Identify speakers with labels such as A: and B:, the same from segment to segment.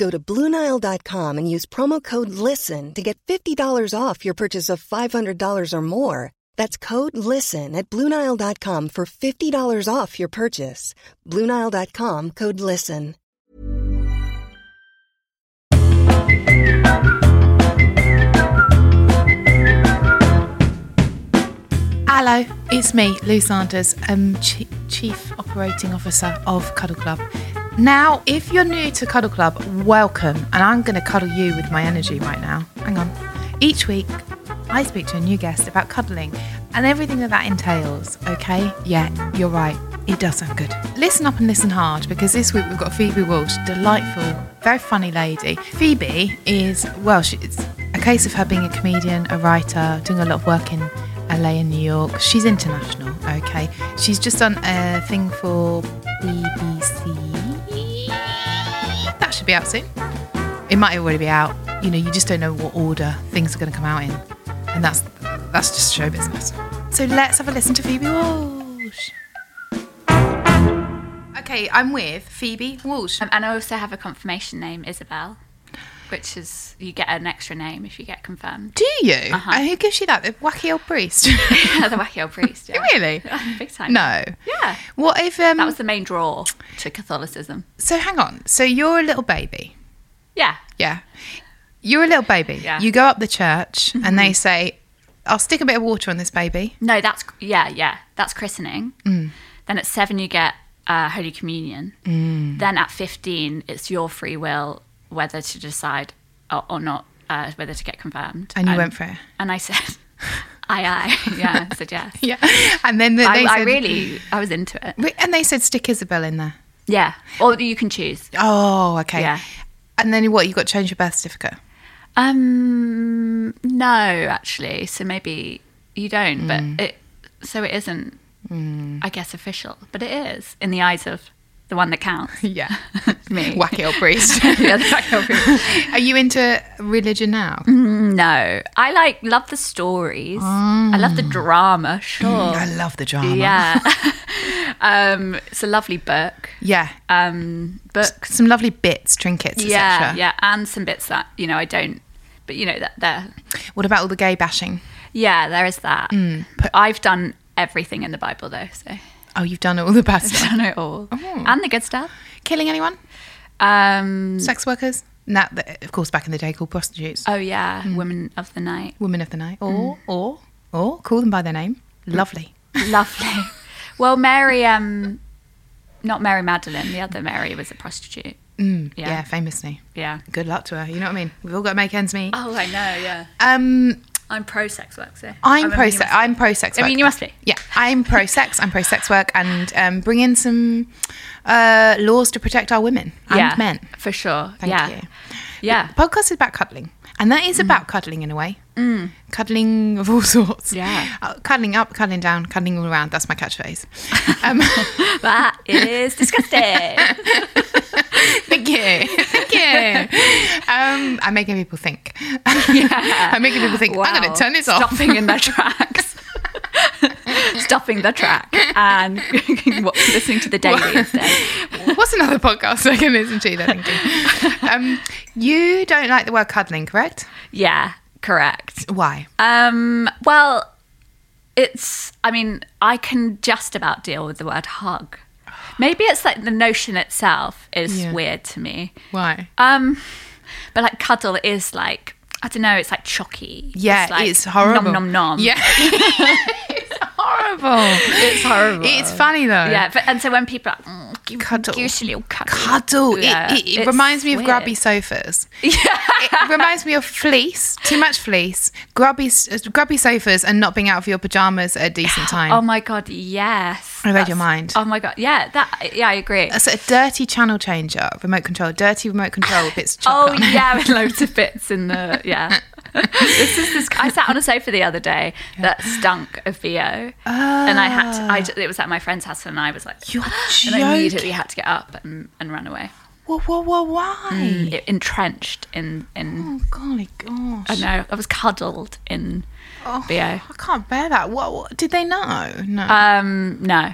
A: Go to Bluenile.com and use promo code LISTEN to get $50 off your purchase of $500 or more. That's code LISTEN at Bluenile.com for $50 off your purchase. Bluenile.com code LISTEN.
B: Hello, it's me, Lou Sanders, um, Chi- Chief Operating Officer of Cuddle Club. Now, if you're new to Cuddle Club, welcome, and I'm going to cuddle you with my energy right now. Hang on. Each week, I speak to a new guest about cuddling and everything that that entails, okay? Yeah, you're right. It does sound good. Listen up and listen hard because this week we've got Phoebe Walsh, delightful, very funny lady. Phoebe is, well, she, it's a case of her being a comedian, a writer, doing a lot of work in LA and New York. She's international, okay. She's just done a thing for BBC. That should be out soon. It might already be out. You know, you just don't know what order things are going to come out in. And that's that's just show business. So let's have a listen to Phoebe Walsh. Okay, I'm with Phoebe Walsh.
C: Um, and I also have a confirmation name, Isabel, which is you get an extra name if you get confirmed.
B: Do you? Uh-huh. And who gives you that? The wacky old priest?
C: the wacky old priest. Yeah.
B: really?
C: Big time.
B: No.
C: Yeah.
B: What if um?
C: That was the main draw to Catholicism.
B: So hang on. So you're a little baby.
C: Yeah.
B: Yeah. You're a little baby.
C: Yeah. Mm-hmm.
B: You go up the church and they say, I'll stick a bit of water on this baby.
C: No, that's yeah, yeah. That's christening. Mm. Then at seven you get uh, Holy Communion. Mm. Then at fifteen, it's your free will whether to decide or, or not uh, whether to get confirmed.
B: And you went for it.
C: And I said, "Aye, aye." Yeah, I said yes.
B: Yeah. And then the, they
C: I,
B: said,
C: I really, I was into it.
B: Wait, And they said, stick Isabel in there.
C: Yeah. Or you can choose.
B: Oh, okay.
C: Yeah.
B: And then what? You got to change your birth certificate.
C: Um, no, actually. So maybe you don't,
B: Mm.
C: but it. So it isn't. I guess official, but it is in the eyes of the one that counts.
B: Yeah.
C: Me.
B: Wacky old priest.
C: Yeah, the wacky old
B: Are you into religion now?
C: Mm-hmm. No, I like love the stories. I love the drama. Sure.
B: Mm. I love the drama.
C: Yeah. um, it's a lovely book.
B: Yeah.
C: Um, book.
B: Some lovely bits, trinkets,
C: Yeah,
B: etc.
C: yeah, and some bits that you know I don't, but you know that there.
B: What about all the gay bashing?
C: Yeah, there is that.
B: Mm.
C: But I've done everything in the Bible though, so
B: Oh, you've done all the bad
C: I've
B: stuff.
C: done it all
B: Oh.
C: and the good stuff.
B: Killing anyone?
C: Um,
B: Sex workers? No, th- of course, back in the day called prostitutes.
C: oh Mm. yeah,
B: Mm.
C: women of the night,
B: Women of the night. Or, or, or, call them by their name.
C: Mm.
B: Lovely.
C: lovely. well, Mary, um, not Mary Magdalene, the other Mary was a prostitute.
B: Mm. Yeah.
C: Yeah.
B: famously.
C: Yeah.
B: Good luck to her. You know what I mean? We've all got to make ends meet.
C: Oh, I know. Yeah,
B: Um,
C: I'm pro sex work. So
B: I'm pro sex. I'm pro sex.
C: I mean, you must be.
B: Yeah, I'm pro sex. I'm pro sex work, and um, bring in some uh, laws to protect our women and
C: yeah,
B: men.
C: for sure.
B: Thank
C: yeah. Mm.
B: you.
C: Yeah.
B: podcast is about cuddling and that is about cuddling in a way cuddling of all sorts
C: Mm. Yeah.
B: Uh, cuddling up cuddling down cuddling all around that's my catchphrase um,
C: That is disgusting.
B: thank you thank you um, i'm making people think i'm making people think i'm going
C: Wow.
B: to turn this off
C: Stopping in their tracks. Stopping the track and what- listening to the daily instead.
B: what's another podcast i can listen to they're thinking um, you don't like the word cuddling correct
C: Yeah, correct.
B: why
C: Um, well, it's, I mean, I can just about deal with the word hug. Maybe it's like the notion itself is
B: Yeah.
C: weird to me.
B: why
C: Um, but like cuddle is like I don't know. It's like chalky.
B: Yeah,
C: like
B: it's horrible.
C: Nom nom nom.
B: Yeah. it's horrible.
C: it's horrible.
B: It's funny though.
C: yeah, but, and so when people are like, mm, you
B: Cuddle.
C: goosey little cuddle.
B: Cuddle. It-
C: Yeah,
B: it, it
C: it's
B: reminds me of
C: weird.
B: grubby sofas. Yeah. it reminds me of fleece. Too much fleece. Grubby, s- grubby sofas, and not being out of your pajamas at a decent time.
C: Oh my god, yes.
B: I read
C: That's-
B: your mind.
C: Oh my god, yeah, that yeah, I agree.
B: That's a dirty channel changer, remote control, dirty remote control with bits of
C: Oh
B: chocolate.
C: yeah, with loads of bits in the yeah. this is this. I sat on a sofa the other day that stunk of VO, and I had to. I, j- it was at my friend's house, and I was like,
B: Ah.
C: "Ah,"
B: You're
C: and I immediately
B: joking.
C: had to get up and, and run away.
B: Whoa, whoa, whoa, why?
C: It entrenched in in.
B: Oh, golly gosh. Oh,
C: I know. I was cuddled in VO.
B: I can't bear that. What, what- did they know? No.
C: Um, no,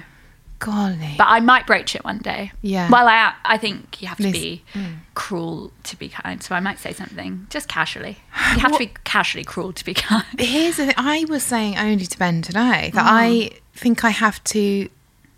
B: golly.
C: but I might broach it one day.
B: Yeah. mm.
C: Well, I I think you have to
B: Liz-
C: be cruel to be kind, so I might say something just casually. You have to be casually cruel to be kind.
B: Here's the thing. I was saying only to Ben today that
C: Mm.
B: I think I have to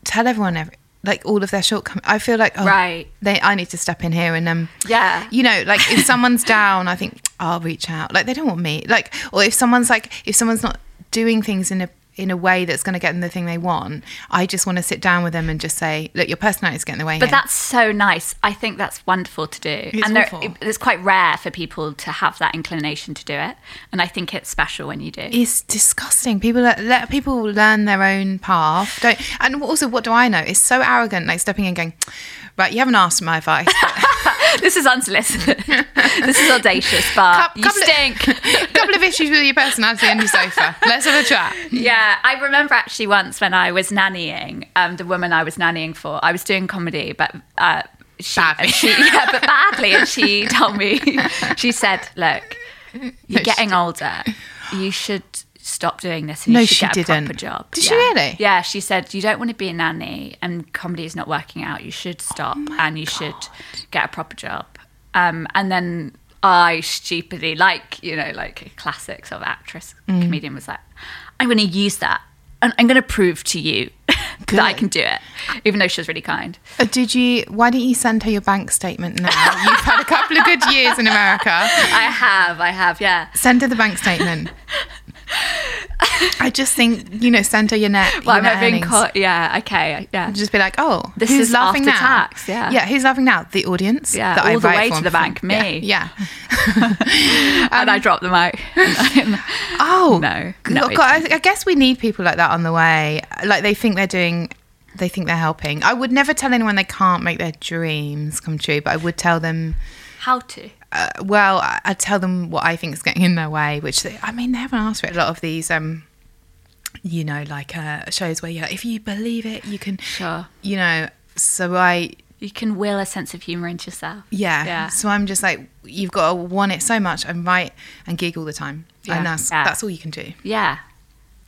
B: tell everyone every, like all of their shortcomings. I feel like oh,
C: Right.
B: They, I need to step in here and um,
C: Yeah.
B: you know, like if someone's down, I think I'll reach out. Like they don't want me. Like or if someone's like if someone's not doing things in a in a way that's going to get them the thing they want, I just want to sit down with them and just say, look, your personality's getting in the way.
C: But
B: here.
C: that's so nice. I think that's wonderful to do. and there,
B: awful.
C: it's quite rare for people to have that inclination to do it. And I think it's special when you do.
B: It's disgusting. People let, let people learn their own path. Don't and also what do I know? It's so arrogant, like stepping in and going, Right, you haven't asked my advice.
C: this is unsolicited. this is audacious, but
B: Cou-
C: you
B: couple of-
C: stink.
B: couple of issues with your personality and your sofa. Let's have a chat.
C: yeah, I remember actually once when I was nannying, um, the woman I was nannying for, I was doing comedy, but uh, she,
B: Badly.
C: she- yeah, but badly. And she told me, she said, "Look, you're
B: she
C: getting older. You should." Stop doing this. And
B: No,
C: you should
B: she
C: get
B: didn't.
C: A proper job.
B: Did she really?
C: Yeah, she said you don't want to be a nanny, and comedy is not working out. You should
B: Oh
C: stop, and you should get a proper job. Um, and then I stupidly, like you know, like a classic sort of actress
B: Mm.
C: comedian, was like, "I'm going to use that, and I'm going to prove to you that I
B: Good.
C: can do it," even though she was really kind.
B: Uh, Did you why don't you send her your bank statement now? You've had a couple of good years in America.
C: I have, I have, yeah.
B: Send her the bank statement. I just think, you know, send her your net. your
C: Well, I'm
B: net
C: not being
B: earnings.
C: caught. Yeah, okay, yeah.
B: just be like, oh,
C: This
B: who's
C: is
B: laughing
C: after
B: now?
C: tax, yeah.
B: yeah, who's laughing now? The audience.
C: Yeah,
B: that I
C: all the
B: write
C: way
B: for
C: to
B: on
C: the bank,
B: film. Yeah,
C: me.
B: Yeah. Um,
C: and I dropped the mic.
B: Oh
C: No, no,
B: God, I, I guess we need people like that on the way. Like they think they're doing, they think they're helping. I would never tell anyone they can't make their dreams come true, but I would tell them.
C: How to?
B: Uh, well, I- I'd tell them what I think is getting in their way, which they, I mean they haven't asked for it. A lot of these. um you know, like uh, shows where you're like, if you believe it, you can,
C: Sure.
B: you know. So I
C: You can will a sense of humour into yourself.
B: Yeah.
C: Yeah.
B: So I'm just like, you've got to want it so much and write and gig all the time.
C: Yeah.
B: And that's,
C: Yeah.
B: that's all you can do.
C: Yeah.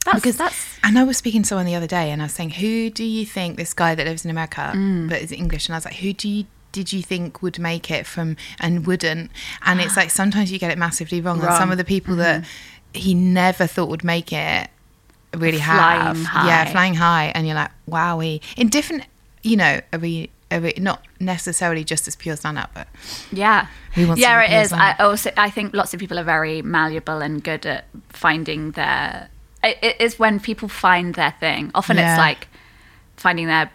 C: That's,
B: Because
C: that's
B: And I was speaking to someone the other day and I was saying, who do you think this guy that lives in America
C: Mm.
B: but is English? And I was like, who do you, did you think would make it from and wouldn't? And it's like sometimes you get it massively wrong. And some
C: Wrong. Mm-hmm.
B: of the people that he never thought would make it really have.
C: Flying
B: Yeah,
C: high.
B: flying high. And you're like, wowie. In different, you know, are we, are we not necessarily just as pure stand up, but
C: Yeah.
B: We want
C: yeah,
B: someone
C: it
B: who
C: is.
B: knows
C: I
B: that.
C: also I think lots of people are very malleable and good at finding their. It, it is when people find their thing. Often
B: Yeah.
C: it's like finding their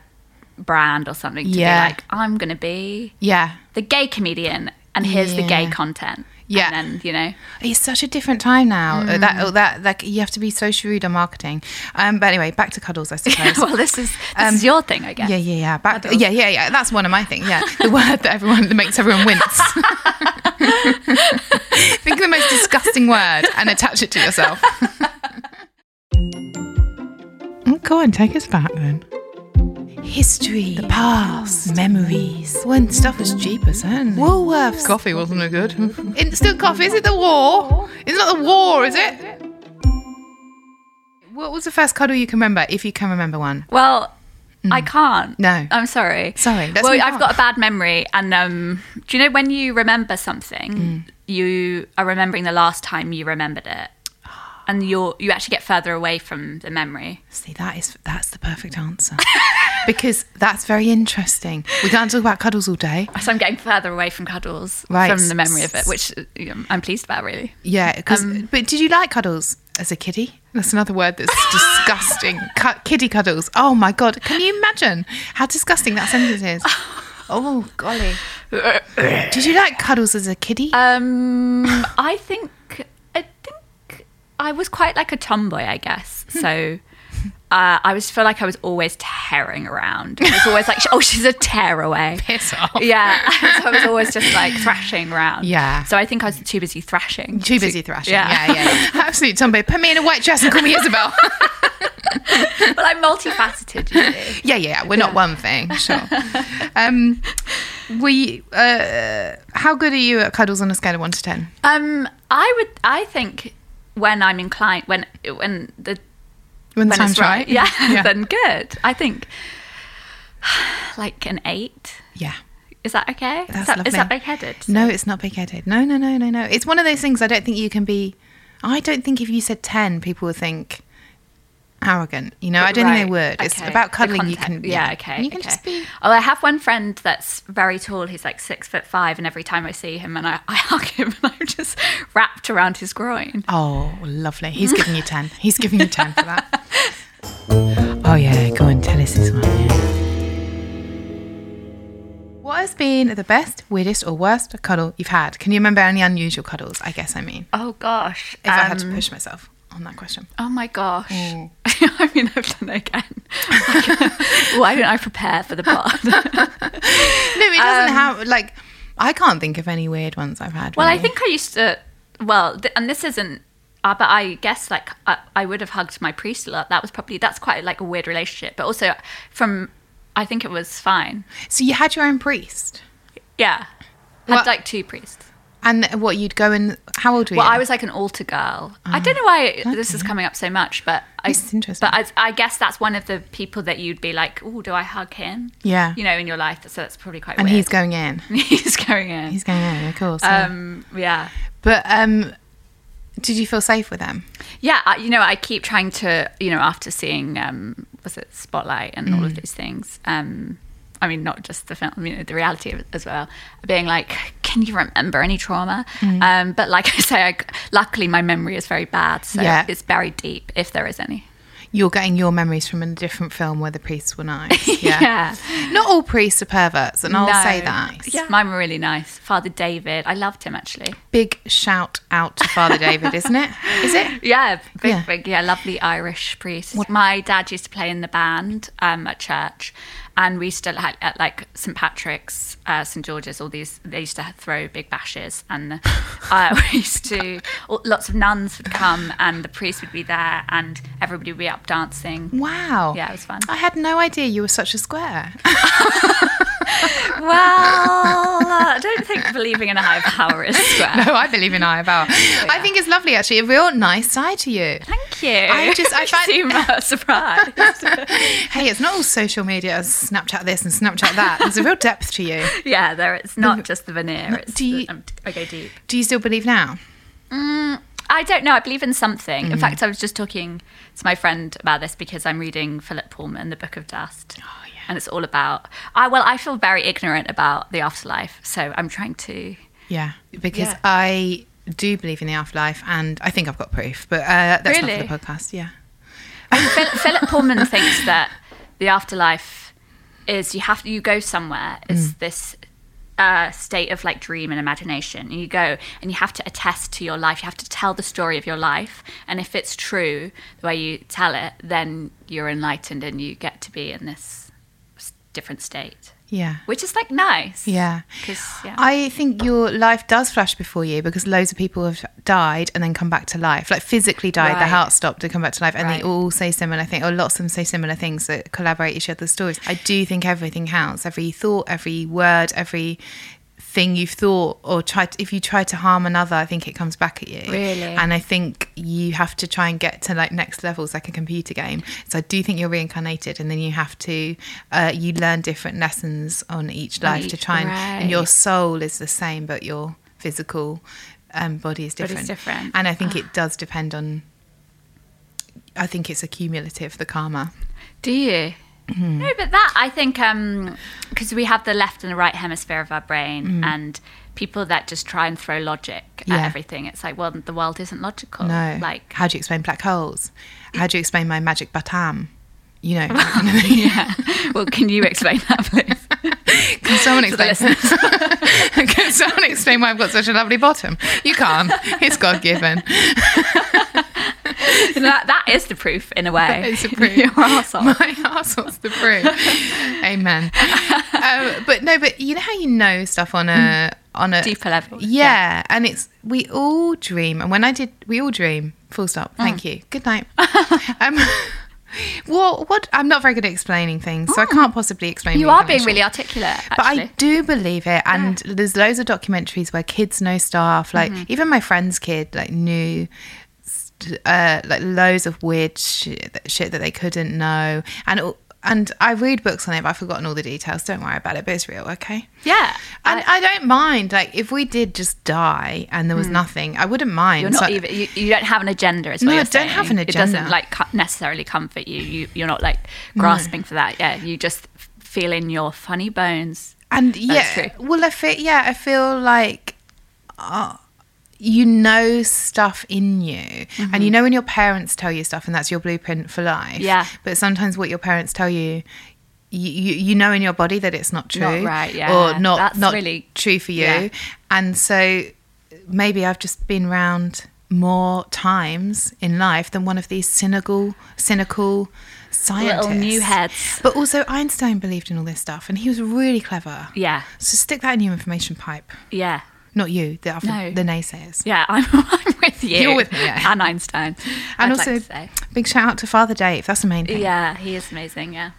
C: brand or something. To
B: Yeah.
C: be like, I'm gonna be
B: yeah.
C: the gay comedian, and here's the gay
B: Yeah.
C: content.
B: Yeah.
C: And then you know.
B: It's such a different time now. Uh, That oh, that like you have to be so shrewd on marketing. Um, but anyway, back to cuddles, I suppose.
C: well, this is this is your thing, I guess.
B: Um, yeah, yeah, yeah. Back, yeah, yeah, yeah. That's one of my things. Yeah, the word that everyone that makes everyone wince. Think of the most disgusting word and attach it to yourself. Oh, Go on, take us back then. History, the past, memories. When stuff was cheaper, certainly. Woolworths. Coffee wasn't a good. Instant coffee. Is it the war? It's not the war, is it? What was the first cuddle you can remember, if you can remember one?
C: Well,
B: Mm.
C: I can't.
B: No.
C: I'm sorry.
B: Sorry, let's
C: Well,
B: move
C: I've
B: on.
C: got a bad memory. And um, do you know when you remember something,
B: Mm.
C: you are remembering the last time you remembered it? And you're, you actually get further away from the memory.
B: See, that is that's the perfect answer. because that's very interesting. We can't talk about cuddles all day.
C: So I'm getting further away from cuddles
B: Right.
C: from the memory of it, which you know, I'm pleased about, really.
B: Yeah, 'cause- but did you like cuddles as a kiddie? Um, That's another word that's disgusting. Cu- kiddie cuddles. Oh my god! Can you imagine how disgusting that sentence is? Oh golly! Uh, Did you like cuddles as a kiddie?
C: Um, I think I think I was quite like a tomboy, I guess. So uh, I was feel like I was always tearing around. It was always like, oh, she's a tearaway.
B: Piss off.
C: Yeah, so I was always just like thrashing around.
B: Yeah.
C: So I think I was too busy thrashing.
B: Too busy thrashing.
C: Yeah.
B: Yeah, yeah. yeah. Absolute tomboy. Put me in a white dress and call me Isabel.
C: But I'm multifaceted. You see.
B: yeah, yeah. We're not one thing. Sure. Um, we. Uh, how good are you at cuddles on a scale of one to ten?
C: Um, I would. I think when I'm inclined, when when the
B: When the
C: when
B: time's
C: it's right, yeah,
B: Yeah.
C: then good. I think like an eight.
B: yeah.
C: Is that okay?
B: That's
C: is that, is
B: lovely.
C: that big-headed?
B: No, it's not big headed. No, no, no, no, no. It's one of those things I don't think you can be. I don't think if you said 10, people would think arrogant. You know, I don't think they would.
C: Right,
B: It's
C: okay.
B: about
C: The
B: cuddling. You
C: content.
B: can.
C: yeah, okay.
B: You can
C: okay.
B: just be.
C: Oh, I have one friend that's very tall. He's like six foot five, and every time I see him, and I, I hug him, and I'm just wrapped around his groin.
B: Oh, lovely. He's giving you 10. He's giving you 10 for that. Oh, yeah. Go on, tell us this one. Yeah. What has been the best, weirdest, or worst cuddle you've had? Can you remember any unusual cuddles? I guess I mean,
C: Oh gosh.
B: if I had
C: Um,
B: to push myself on that question.
C: Oh my gosh. I mean, I've done it again. Why don't I prepare for the part?
B: No, it doesn't have like. I can't think of any weird ones I've had.
C: um, Well, I
B: really.
C: think I used to. Well, th- and this isn't. Uh, but I guess like I, I would have hugged my priest a lot. That was probably that's quite like a weird relationship. But also from, I think it was fine.
B: So you had your own priest,
C: Yeah, had
B: Well-
C: like two priests.
B: and what you'd go and how old were
C: Well,
B: you?
C: I was like an altar girl. I don't know why this is coming up so much, but I,
B: This is interesting.
C: But I, I guess that's one of the people that you'd be like, oh, do I hug him?
B: Yeah.
C: you know, in your life. So that's probably quite.
B: and
C: weird.
B: he's going in.
C: he's going in.
B: He's going in, of course. yeah.
C: um, yeah.
B: but um, did you feel safe with them?
C: Yeah, I, you know, I keep trying to, you know, after seeing um, was it Spotlight and all
B: Mm.
C: of these things. Um, I mean, not just the film, you know, the reality of it as well. Being like, can you remember any trauma?
B: Mm.
C: Um, but like I say, I c luckily my memory is very bad, so
B: Yeah.
C: it's buried deep if there is any.
B: You're getting your memories from a different film where the priests were nice. Yeah.
C: Yeah.
B: Not all priests are perverts, and I'll
C: No.
B: say that.
C: Yeah. Mine were really nice. Father David, I loved him actually.
B: Big shout out to Father David, isn't it? Is it?
C: Yeah, big,
B: Yeah.
C: big, yeah, lovely Irish priest. My dad used to play in the band um, at church, and we used to like at like St Patrick's, uh, St George's, all these. They used to throw big bashes, and uh, we used to all, lots of nuns would come, and the priest would be there, and everybody would be up dancing.
B: Wow.
C: Yeah, it was fun.
B: I had no idea you were such a square.
C: Well, I don't think believing in a higher power is square.
B: No, Oh, I believe in higher power. I think it's lovely, actually. A real nice side to you.
C: Thank you.
B: I just- I
C: You
B: find-
C: seem uh, surprised.
B: Hey, it's not all social media as Snapchat this and Snapchat that. There's a real depth to you.
C: yeah, there. It's not just the veneer. It's
B: do you-
C: the, um, I go deep.
B: Do you still believe now?
C: I don't know. I believe in something. In fact, I was just talking to my friend about this because I'm reading Philip Pullman, The Book of Dust. Oh, yeah. And it's all about. I well, I feel very ignorant about the afterlife, so I'm trying to.
B: Yeah, because
C: Yeah.
B: I do believe in the afterlife, and I think I've got proof. But uh, that's
C: Really?
B: not for the podcast. Yeah,
C: Phil, Philip Pullman thinks that the afterlife is you have you go somewhere. It's this uh, state of like dream and imagination. And you go and you have to attest to your life. You have to tell the story of your life. And if it's true the way you tell it, then you're enlightened and you get to be in this s- different state,
B: yeah,
C: which is like nice.
B: yeah.
C: 'Cause, yeah.
B: I think your life does flash before you because loads of people have died and then come back to life, like physically died, their
C: Right.
B: heart stopped to come back to life, and
C: Right.
B: they all say similar things, or lots of them say similar things that collaborate, each other's stories. I do think everything counts, every thought, every word, every thing you've thought or tried if you try to harm another i think it comes back at you
C: Really?
B: and i think you have to try and get to like next levels like a computer game so i do think you're reincarnated and then you have to uh, you learn different lessons on each life to
C: each-
B: try and, and your
C: right.
B: soul is the same, but your physical um, body is different.
C: Body's different.
B: And I think it does depend on. I think it's a cumulative the karma.
C: Do you?
B: Mm-hmm.
C: No, but that I think because we have the left and the right hemisphere of our brain, and people that just try and throw logic
B: Mm. Yeah.
C: at everything, it's like, well, the world isn't logical.
B: No.
C: Oh, like
B: how do you explain black holes? How do you explain my magic batam? You know, yeah.
C: well, can you explain that, please?
B: Can someone explain? can someone explain why I've got such a lovely bottom? You can't. It's God given.
C: that, that is the proof, in a way.
B: It's the proof.
C: Your arsehole.
B: My arsehole's the proof. Amen. um, but no, but you know how you know stuff on a on a
C: Deeper level,
B: Yeah, and it's we all dream, and when I did, we all dream. Full stop. Thank you. Good night. um, well, what I'm not very good at explaining things, so I can't possibly explain.
C: Ah. You
B: the
C: are being
B: information.
C: really articulate, actually.
B: But I do believe it, and there's loads of documentaries where kids know stuff. Like
C: Mm-hmm.
B: even my friend's kid, like knew st- uh, like loads of weird shit that, shit that they couldn't know, and it- and I read books on it, but I've forgotten all the details. Don't worry about it, but it's real, okay?
C: yeah.
B: And I, don't mind. Like if we did just die and there was nothing, I wouldn't mind.
C: Hmm. You're not
B: So-
C: even. You, you don't have an agenda, is what
B: No, I
C: you're
B: don't
C: saying.
B: have an
C: It doesn't
B: agenda.
C: like co- necessarily comfort you. you. You're not like grasping for that. Yeah, you just f- feel in your funny bones.
B: And
C: That's
B: yeah,
C: true.
B: well, I feel yeah, I feel like uh, you know stuff in you, and you know when your parents tell you stuff, and that's your blueprint for life.
C: Mm-hmm. Yeah.
B: But sometimes what your parents tell you. You, you, you know in your body that it's not true
C: Not right, yeah.
B: or not
C: That's
B: not
C: really-
B: true for you
C: yeah.
B: and so maybe i've just been round more times in life than one of these cynical cynical scientists
C: new heads.
B: but also einstein believed in all this stuff and he was really clever
C: Yeah,
B: so stick that in your information pipe.
C: yeah,
B: Not you, the, other-
C: No.
B: the naysayers.
C: yeah. I'm, I'm with you.
B: You're with me, yeah.
C: And Einstein.
B: And
C: I'd like
B: also,
C: to say.
B: big shout out to Father Dave. That's the main thing.
C: yeah, he is amazing. Yeah.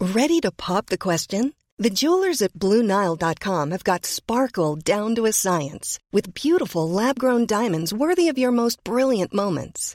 A: Ready to pop the question? The jewelers at BlueNile.com have got sparkle down to a science with beautiful lab grown diamonds worthy of your most brilliant moments.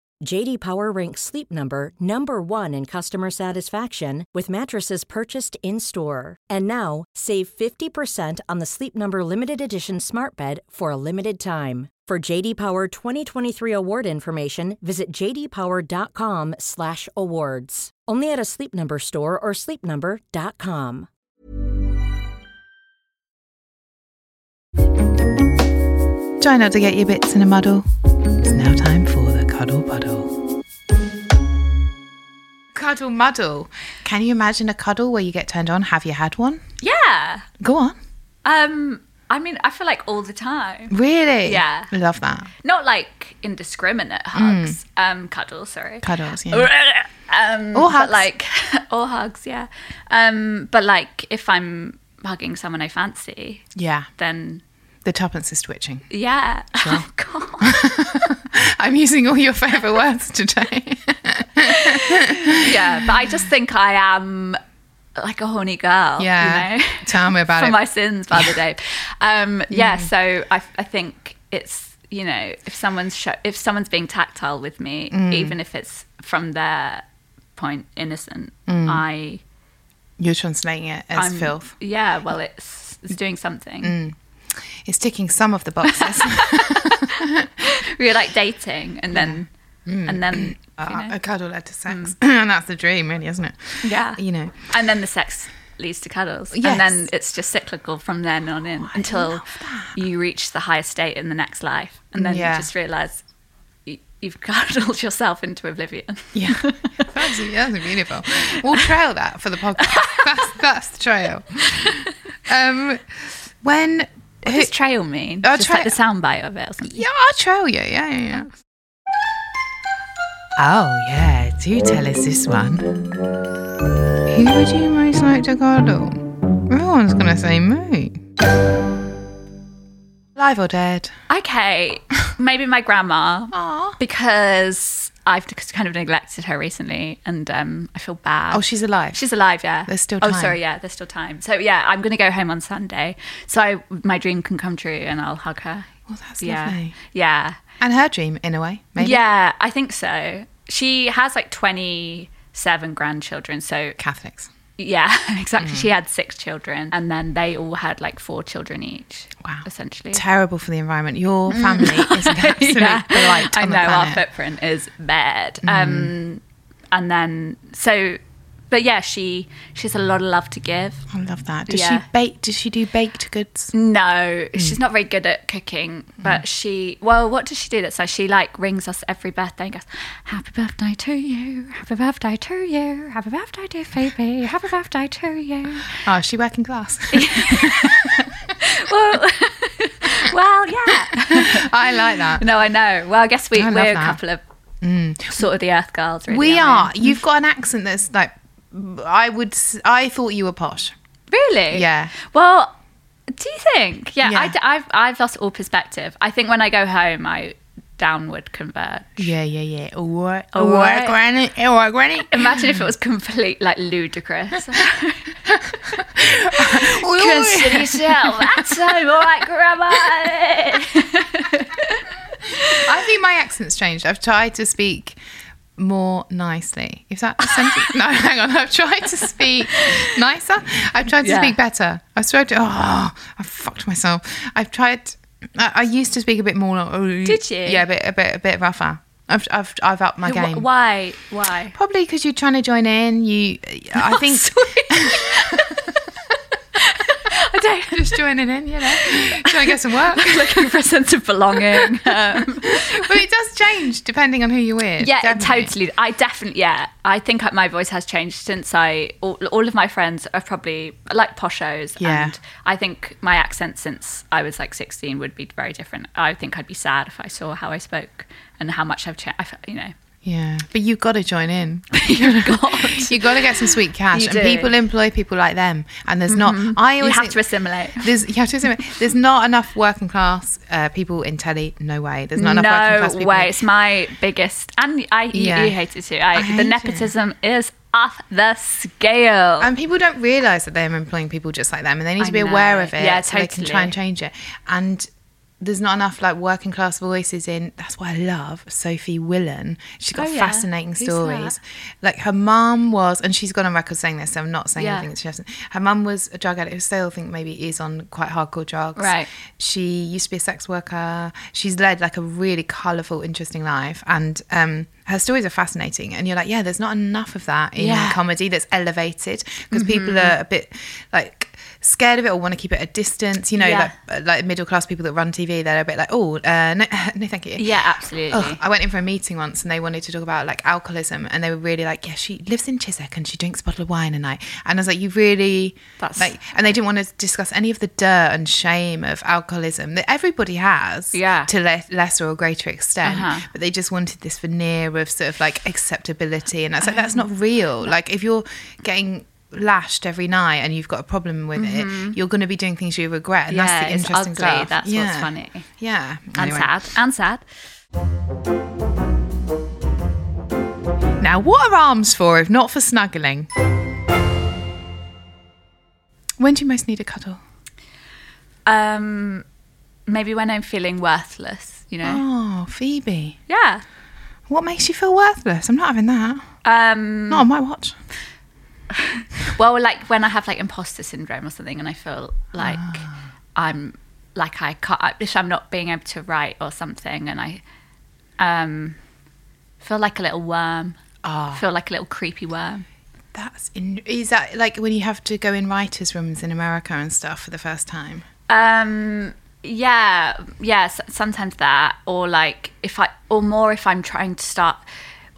D: JD Power ranks Sleep Number number 1 in customer satisfaction with mattresses purchased in-store. And now, save 50% on the Sleep Number limited edition Smart Bed for a limited time. For JD Power 2023 award information, visit jdpower.com/awards. Only at a Sleep Number store or sleepnumber.com.
B: Join up to get your bits in a muddle. It's now time for the cuddle puddle. Cuddle muddle. Can you imagine a cuddle where you get turned on? Have you had one?
C: Yeah.
B: Go on.
C: Um. I mean, I feel like all the time.
B: Really?
C: Yeah.
B: Love that.
C: Not like indiscriminate hugs. Um, cuddles. Sorry.
B: Hmm. Cuddles, yeah.
C: um,
B: Or
C: but,
B: hugs.
C: like or hugs, yeah. Um, but like if I'm hugging someone I fancy,
B: Yeah.
C: then
B: The tuppence is twitching.
C: yeah. Oh god.
B: I'm using all your favourite words today.
C: yeah, but I just think I am like a horny girl.
B: Yeah.
C: You know?
B: Tell me about
C: For
B: it.
C: my sins, Father Dave. Um, yeah. So I, I think it's you know if someone's sho if someone's being tactile with me,
B: Mm.
C: even if it's from their point innocent, I
B: You're translating it as
C: I'm-
B: Mm. filth. Mm.
C: Yeah. Well, it's it's doing something.
B: It's ticking some of the boxes.
C: we were like dating and then and then you
B: Uh,
C: know, Mm.
B: a cuddle led to sex, and that's the dream, really, isn't it?
C: yeah,
B: You know,
C: and then the sex leads to cuddles,
B: Yes.
C: and then it's just cyclical from then on in until you reach the higher state in the next life, and then
B: Yeah.
C: you just realize you, you've cuddled yourself into oblivion.
B: yeah, that's, that's beautiful. We'll trail that for the podcast. that's that's the trail. Um, when
C: What does trail mean?
B: Oh,
C: just
B: trail-
C: like the soundbite of it or something.
B: Yeah, I'll trail you. Yeah, yeah, yeah. Oh, yeah. Do tell us this one. Who would you most like to cuddle? Everyone's going to say me. Live or dead?
C: Okay, maybe my grandma
B: Aw.
C: because I've kind of neglected her recently, and um, I feel bad.
B: Oh, she's alive.
C: She's alive, yeah.
B: There's still
C: Oh,
B: time.
C: sorry, yeah, there's still time. So yeah, I'm gonna go home on Sunday. So I, my dream can come true, and I'll hug her.
B: Well, Oh, that's
C: yeah,
B: lovely.
C: yeah,
B: And her dream, in a way, maybe.
C: yeah. I think so. She has like 27 grandchildren. So
B: Catholics.
C: yeah,
B: Mm.
C: exactly. She had six children, and then they all had like four children each.
B: Wow.
C: essentially.
B: Terrible for the environment. Your family is an absolute blight
C: Mm. I
B: on
C: know
B: the
C: our
B: planet. Mm.
C: footprint is bad. Um, and then so, but yeah, she she has a lot of love to give.
B: I love that. Does
C: Yeah.
B: she bake? Does she do baked goods?
C: No, she's not very good at cooking, but she well, what does she do? That's like she like rings us every birthday and goes, "Happy birthday to you, happy birthday to you, happy birthday to Phoebe, happy birthday to you."
B: Oh, is she working class?
C: well, well, yeah.
B: I like that.
C: No, I know. Well, I Hmm. guess we
B: I love
C: we're a
B: that.
C: couple of sort of the Earth girls. Really,
B: We
C: aren't
B: are. You've got an accent that's like. I would. s- I thought you were posh.
C: Really?
B: Yeah.
C: Well, do you think? Yeah,
B: Yeah.
C: I, have I've lost all perspective. I think when I go home, I downward converge.
B: Yeah, yeah, yeah. All right,
C: All right.
B: granny. All right, granny.
C: Imagine if it was complete, like ludicrous.
B: All right.
C: Consider yourself at home, all right, Grandma.
B: I think my accent's changed. I've tried to speak more nicely. Is that a sentence? no, hang on. I've tried to speak nicer. I've tried to
C: Yeah.
B: speak better. I've tried to. Oh, I fucked myself. I've tried. I, I used to speak a bit more. oh,
C: Did you?
B: Yeah, a bit, a bit, a bit rougher. I've, I've, I've upped my game.
C: Wh- Why? Why?
B: Probably because you're trying to join in. You, I think.
C: I don't.
B: just joining in, you know, trying to get some work.
C: Looking for a sense of belonging. Um,
B: But it does change depending on who you're with.
C: yeah,
B: definitely.
C: totally. I definitely. Yeah, I think my voice has changed since I. All, all of my friends are probably like poshos,
B: Yeah.
C: and I think my accent since I was like 16 would be very different. I think I'd be sad if I saw how I spoke and how much I've changed. You know,
B: Yeah, but you've got to join in.
C: you've got.
B: You've got to get some sweet cash,
C: You
B: and
C: do. Mm-hmm.
B: people employ people like them. And there's not. I
C: You
B: always
C: have
B: think-
C: to assimilate.
B: There's, you have to assimilate. There's not enough working class uh, people in telly. No way. There's not enough working class
C: No
B: people.
C: way. It's my biggest, and I you,
B: Yeah.
C: you hate it too. I,
B: I hate
C: the
B: it.
C: nepotism is off the scale.
B: And people don't realise that they're employing people just like them, and they need to
C: I
B: be
C: know.
B: aware of it.
C: Yeah,
B: so They can try
C: totally.
B: and change it. And there's not enough like working class voices in. That's why I love Sophie Willan. She's got
C: Oh, yeah.
B: fascinating
C: Who's
B: stories.
C: that?
B: Like her mum was, and she's gone on record saying this, so I'm not saying
C: Yeah.
B: anything that she hasn't. Her mum was a drug addict who still I think maybe is on quite hardcore drugs.
C: Right.
B: She used to be a sex worker. She's led like a really colourful, interesting life, and um, her stories are fascinating. And you're like, yeah, there's not enough of that in
C: Yeah. Mm-hmm.
B: comedy that's elevated because people are a bit like scared of it or want to keep it at a distance. You know,
C: Yeah.
B: like like middle class people that run TV, they're a bit like, oh, uh, no, no, thank you.
C: yeah, absolutely.
B: Ugh, I went in for a meeting once and they wanted to talk about like alcoholism and they were really like, yeah, she lives in Chiswick and she drinks a bottle of wine a night. And I was like, you really,
C: That's-
B: like, and they didn't want to discuss any of the dirt and shame of alcoholism that everybody has
C: Yeah. Uh-huh.
B: to le- lesser or greater extent. But they just wanted this veneer of sort of like acceptability. And that's like, that's not
C: Oh.
B: real. Like if you're getting lashed every night and you've got a problem with it, you're going to be doing things you regret. And
C: Mm-hmm. Yeah,
B: that's the
C: it's
B: interesting
C: ugly.
B: stuff.
C: That's what's funny.
B: Yeah.
C: and
B: Anyway.
C: sad. And sad.
B: Now, what are arms for if not for snuggling? When do you most need a cuddle?
C: Um, maybe when I'm feeling worthless, you know.
B: Oh, Phoebe.
C: Yeah.
B: What makes you feel worthless? I'm not having that.
C: Um,
B: Not on my watch.
C: well, like when I have like imposter syndrome or something, and I feel like I'm like I can't. I- If I'm not being able to write or something, and I um, Feel like a little worm.
B: Ah.
C: Feel like a little creepy worm.
B: That's in, is that like when you have to go in writers' rooms in America and stuff for the first time?
C: Um, yeah, yeah. s- Sometimes that, or like if I, or more if I'm trying to start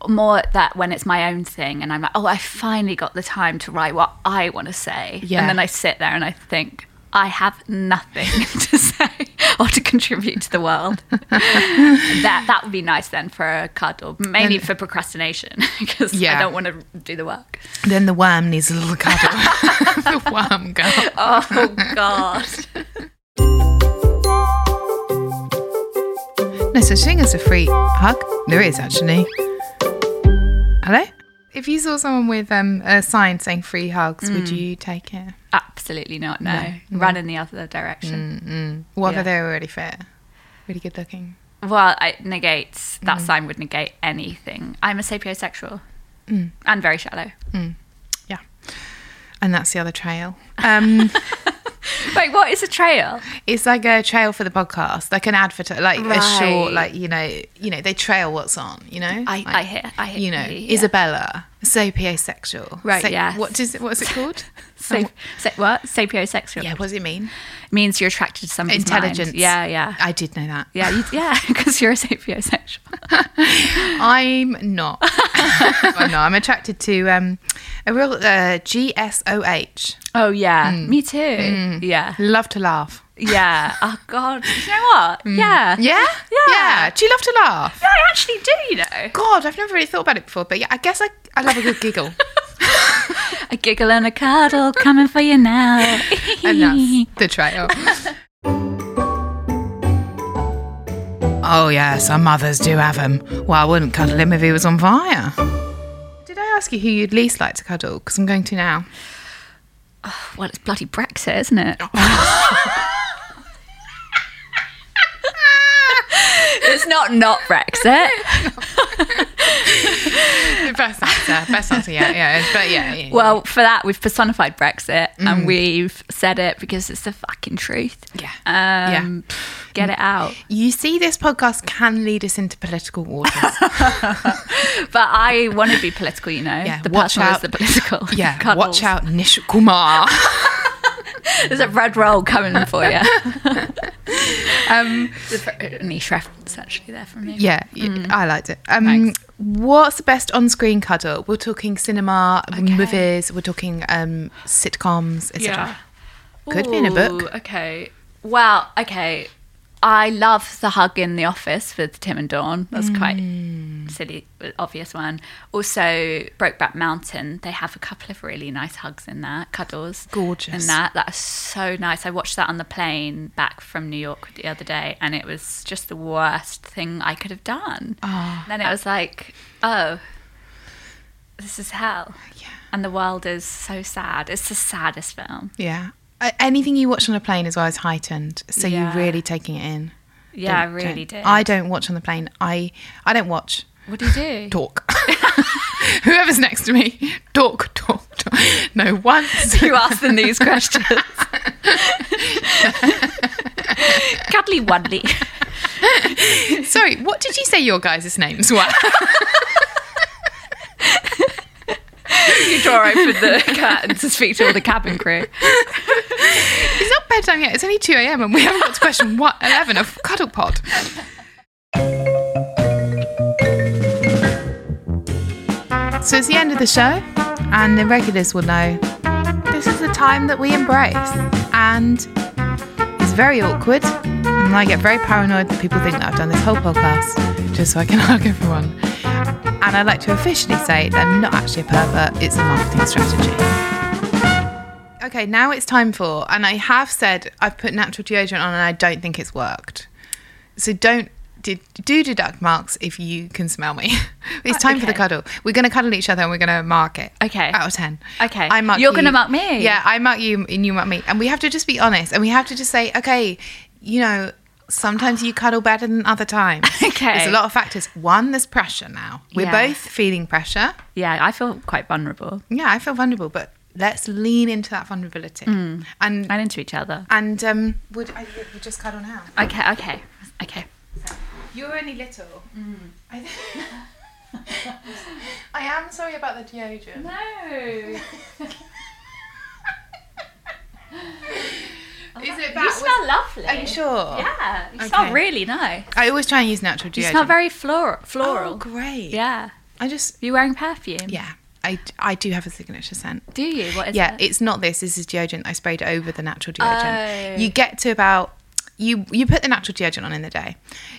C: more that when it's my own thing, and I'm like, oh, I finally got the time to write what I want to say,
B: Yeah.
C: and then I sit there and I think I have nothing to say or to contribute to the world. that that would be nice then for a cuddle, mainly for procrastination because
B: Yeah.
C: I don't want to do the work.
B: Then the worm needs a little cuddle. the worm girl.
C: Oh God.
B: No such thing as a free hug. There is actually. Hello? If you saw someone with um, a sign saying free hugs, would you take it?
C: Absolutely not. No, run in the other direction.
B: What
C: Yeah.
B: if they were really fit? Really good looking.
C: Well, it negates that
B: Mm.
C: sign would negate anything. I'm a sapiosexual
B: Mm.
C: and very shallow.
B: Yeah. And that's the other trail. Um,
C: Wait, what is a trail?
B: it's like a trail for the podcast, like an advert, like a short,
C: Right.
B: like you know, you know, they trail what's on, you know.
C: I-
B: Like,
C: I hear- I hear
B: You know,
C: you, yeah.
B: Isabella, sapiosexual.
C: Right,
B: Sa-
C: yes.
B: What does it? What's it called?
C: Sap- sa- what? Sapiosexual
B: yeah. What does it mean?
C: means you're attracted to somebody's mind.
B: Intelligence.
C: Yeah, yeah.
B: I did know that.
C: yeah, you, yeah, because you're a sapiosexual.
B: I'm not. I'm not. I'm attracted to um, a real uh, GSOH.
C: Oh yeah,
B: Mm.
C: me too. Yeah,
B: Love to laugh.
C: yeah. Oh god, you know what? Yeah,
B: Mm. Yeah?
C: Yeah.
B: Yeah. Do you love to laugh?
C: Yeah, I actually do. You know,
B: God, I've never really thought about it before, but yeah, I guess I, I love a good giggle.
C: a giggle and a cuddle coming for you now.
B: and that's the trail. oh, yeah, some mothers do have him. Well, I wouldn't cuddle him if he was on fire. Did I ask you who you'd least like to cuddle? Because I'm going to now.
C: Well, it's bloody Brexit, isn't it?
B: Oh.
C: it's not not Brexit.
B: Best answer. Best answer, yeah. yeah. But yeah. yeah.
C: Well, for that we've personified Brexit and we've said it because it's the fucking truth.
B: Mm. Yeah.
C: Um, Get it out.
B: You see, this podcast can lead us into political waters.
C: But I want to be political, you know.
B: Yeah,
C: the
B: watch
C: personal
B: out.
C: is the political.
B: yeah,
C: Cuddles.
B: watch out, Nish Kumar.
C: There's a red roll coming for you. um, It's a niche reference actually there for me.
B: yeah, y-
C: Mm.
B: I liked it. Um, what's the best on-screen cuddle? We're talking cinema, movies. We're talking um, sitcoms, etc. Could be in a book.
C: Ooh, Okay. Well, okay. I love the hug in the office with Tim and Dawn. That's
B: Mm.
C: quite silly, obvious one. Also, Brokeback Mountain. They have a couple of really nice hugs in that, cuddles.
B: Gorgeous.
C: In that, that is so nice. I watched that on the plane back from New York the other day, and it was just the worst thing I could have done.
B: Ah.
C: Then it was like, oh, this is hell. Yeah. And the world is so sad. It's the saddest film.
B: Yeah. Uh, anything you watch on a plane as well is heightened, so
C: Yeah.
B: you're really taking it in.
C: Yeah, I
B: Don't-
C: really
B: don't-
C: did.
B: I don't watch on the plane. I I don't watch.
C: What do you do?
B: Talk. Whoever's next to me, talk, talk, talk. No, once
C: You ask them these questions. Cuddly Wudley.
B: Sorry, what did you say your guys' names were?
C: You draw open the curtain to speak to all the cabin crew.
B: it's not bedtime yet. It's only 2 a.m. and we haven't got to question what 11 of Cuddle Pod. So it's the end of the show, and the regulars will know this is the time that we embrace. And it's very awkward, and I get very paranoid that people think that I've done this whole podcast just so I can hug everyone. And I'd like to officially say that I'm not actually a pervert, it's a marketing strategy. Okay, now it's time for, and I have said I've put natural deodorant on, and I don't think it's worked. So don't de- do deduct marks if you can smell me. it's time for the
C: okay.
B: cuddle. We're going to cuddle each other, and we're going to mark it.
C: Okay.
B: out of ten.
C: Okay.
B: I mark.
C: You're
B: you.
C: gonna mark me?
B: Yeah, I mark you, and you mark me, and we have to just be honest, and we have to just say, okay, you know. Sometimes you cuddle better than other times.
C: Okay.
B: There's a lot of factors. One, there's pressure now. We're
C: Yeah.
B: both feeling pressure.
C: Yeah, I feel quite vulnerable.
B: Yeah, I feel vulnerable, but let's lean into that vulnerability.
C: Mm.
B: And
C: And into each other.
B: and um, would I would just cuddle now?
C: Okay, okay, okay. Mm.
B: You're only little. I, I'm sorry about the deodorant.
C: No.
B: Is it
C: You
B: that?
C: smell lovely.
B: Are you sure?
C: Yeah. You smell
B: Okay.
C: really nice.
B: I always try and use natural deodorant.
C: You smell very floral. floral.
B: Oh, great.
C: Yeah.
B: I just
C: You wearing perfume?
B: yeah. I, I do have a signature scent.
C: Do you? What is
B: yeah,
C: it?
B: it's not this. This is deodorant. I sprayed it over the natural deodorant.
C: Oh.
B: You get to about you you put the natural deodorant on in the day.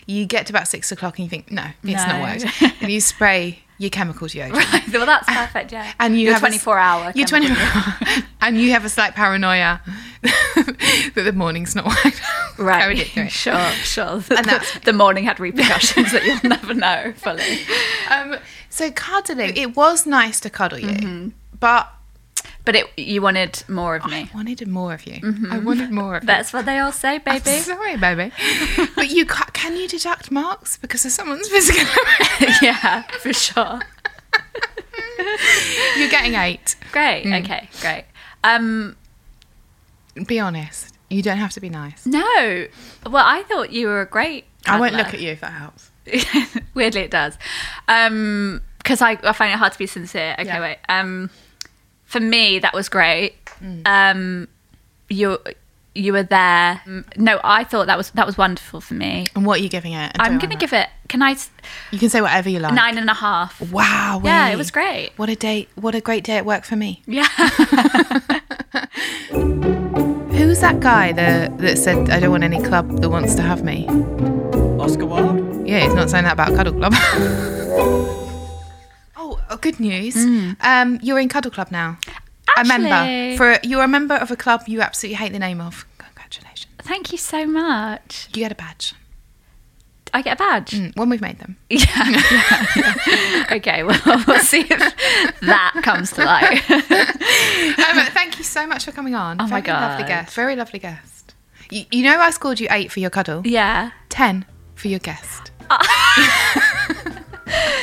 B: You get to about six o'clock and you think, no, it's
C: No.
B: not worked. and you spray your chemical deodorant.
C: well, that's perfect. Yeah.
B: And you
C: Your
B: have a s-
C: 24 hour.
B: Your
C: chemical
B: 24 hour. and you have a slight paranoia that the morning's not worked. out. I would
C: Right.
B: ignore it.
C: Sure, sure.
B: And
C: The,
B: that's-
C: the morning had repercussions that you'll never know fully.
B: Um, so cuddling, it was nice to cuddle you,
C: Mm-hmm.
B: but
C: But it, you wanted more of me.
B: I wanted more of you. I wanted more of
C: Mm-hmm. That's what they all say,
B: you.
C: baby.
B: Sorry, baby. but you ca- can you deduct marks because of someone's physical? appearance?
C: yeah, for sure.
B: You're getting eight.
C: Great. Okay, great. Um,
B: Be honest. You don't have to be nice.
C: no. Well, I thought you were a great.
B: I won't
C: cuddler.
B: look at you if that helps.
C: Weirdly, it does. Um, because I, I find it hard to be sincere. Okay,
B: Yeah.
C: wait. Um, for me, that was great.
B: Mm.
C: Um, you you were there. Um, No, I thought that was that was wonderful for me.
B: And what are you giving it? And
C: I'm
B: don't
C: gonna
B: worry.
C: give it. Can I? s-
B: You can say whatever you like.
C: Nine and a half.
B: Wow.
C: Yeah, it was great.
B: What a day! What a great day at work for me.
C: Yeah.
B: Who's that guy that that said I don't want any club that wants to have me?
E: Oscar Wilde?
B: Yeah, he's not saying that about Cuddle Club. oh, uh, good news. Um, you're in Cuddle Club now. a member
C: Hmm. Actually-
B: for you're a member of a club you absolutely hate the name of. Congratulations.
C: Thank you so much.
B: You get a badge.
C: I get a badge.
B: Mm, When we've made them.
C: Yeah. yeah, yeah. okay. Well, we'll see if that comes to light.
B: Um, thank you so much for coming on.
C: Oh my
B: Very Lovely
C: God.
B: guest. Very lovely guest. You, you know I scored you eight for your cuddle,
C: yeah.
B: ten for your guest.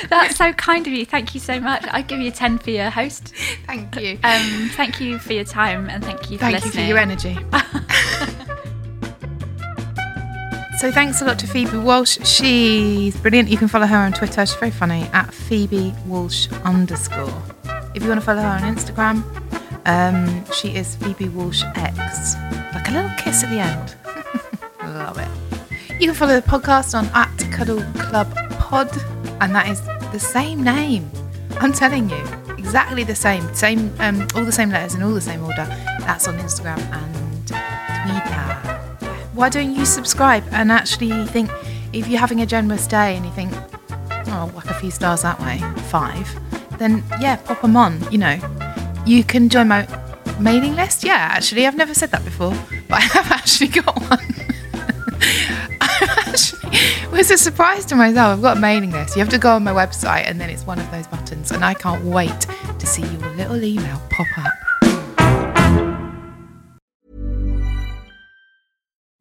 C: That's so kind of you. Thank you so much. I give you ten for your host.
B: Thank you.
C: Um, thank you for your time and thank you for
B: Thank
C: listening.
B: you for your energy. so thanks a lot to Phoebe Walsh. She's brilliant. You can follow her on Twitter. She's very funny at Phoebe Walsh underscore. If you want to follow her on Instagram, um, she is Phoebe Walsh X. Like a little kiss at the end. Love it. You can follow the podcast on at Cuddle Club Pod, and that is the same name. I'm telling you, exactly the same, same, um, all the same letters in all the same order. That's on Instagram and Twitter. Why don't you subscribe and actually think if you're having a generous day and you think, oh, whack a few stars that way, five, then yeah, pop them on. You know, you can join my mailing list. Yeah, actually, I've never said that before, but I have actually got one. I actually was a surprise to myself. I've got a mailing list. You have to go on my website, and then it's one of those buttons, and I can't wait to see your little email pop up.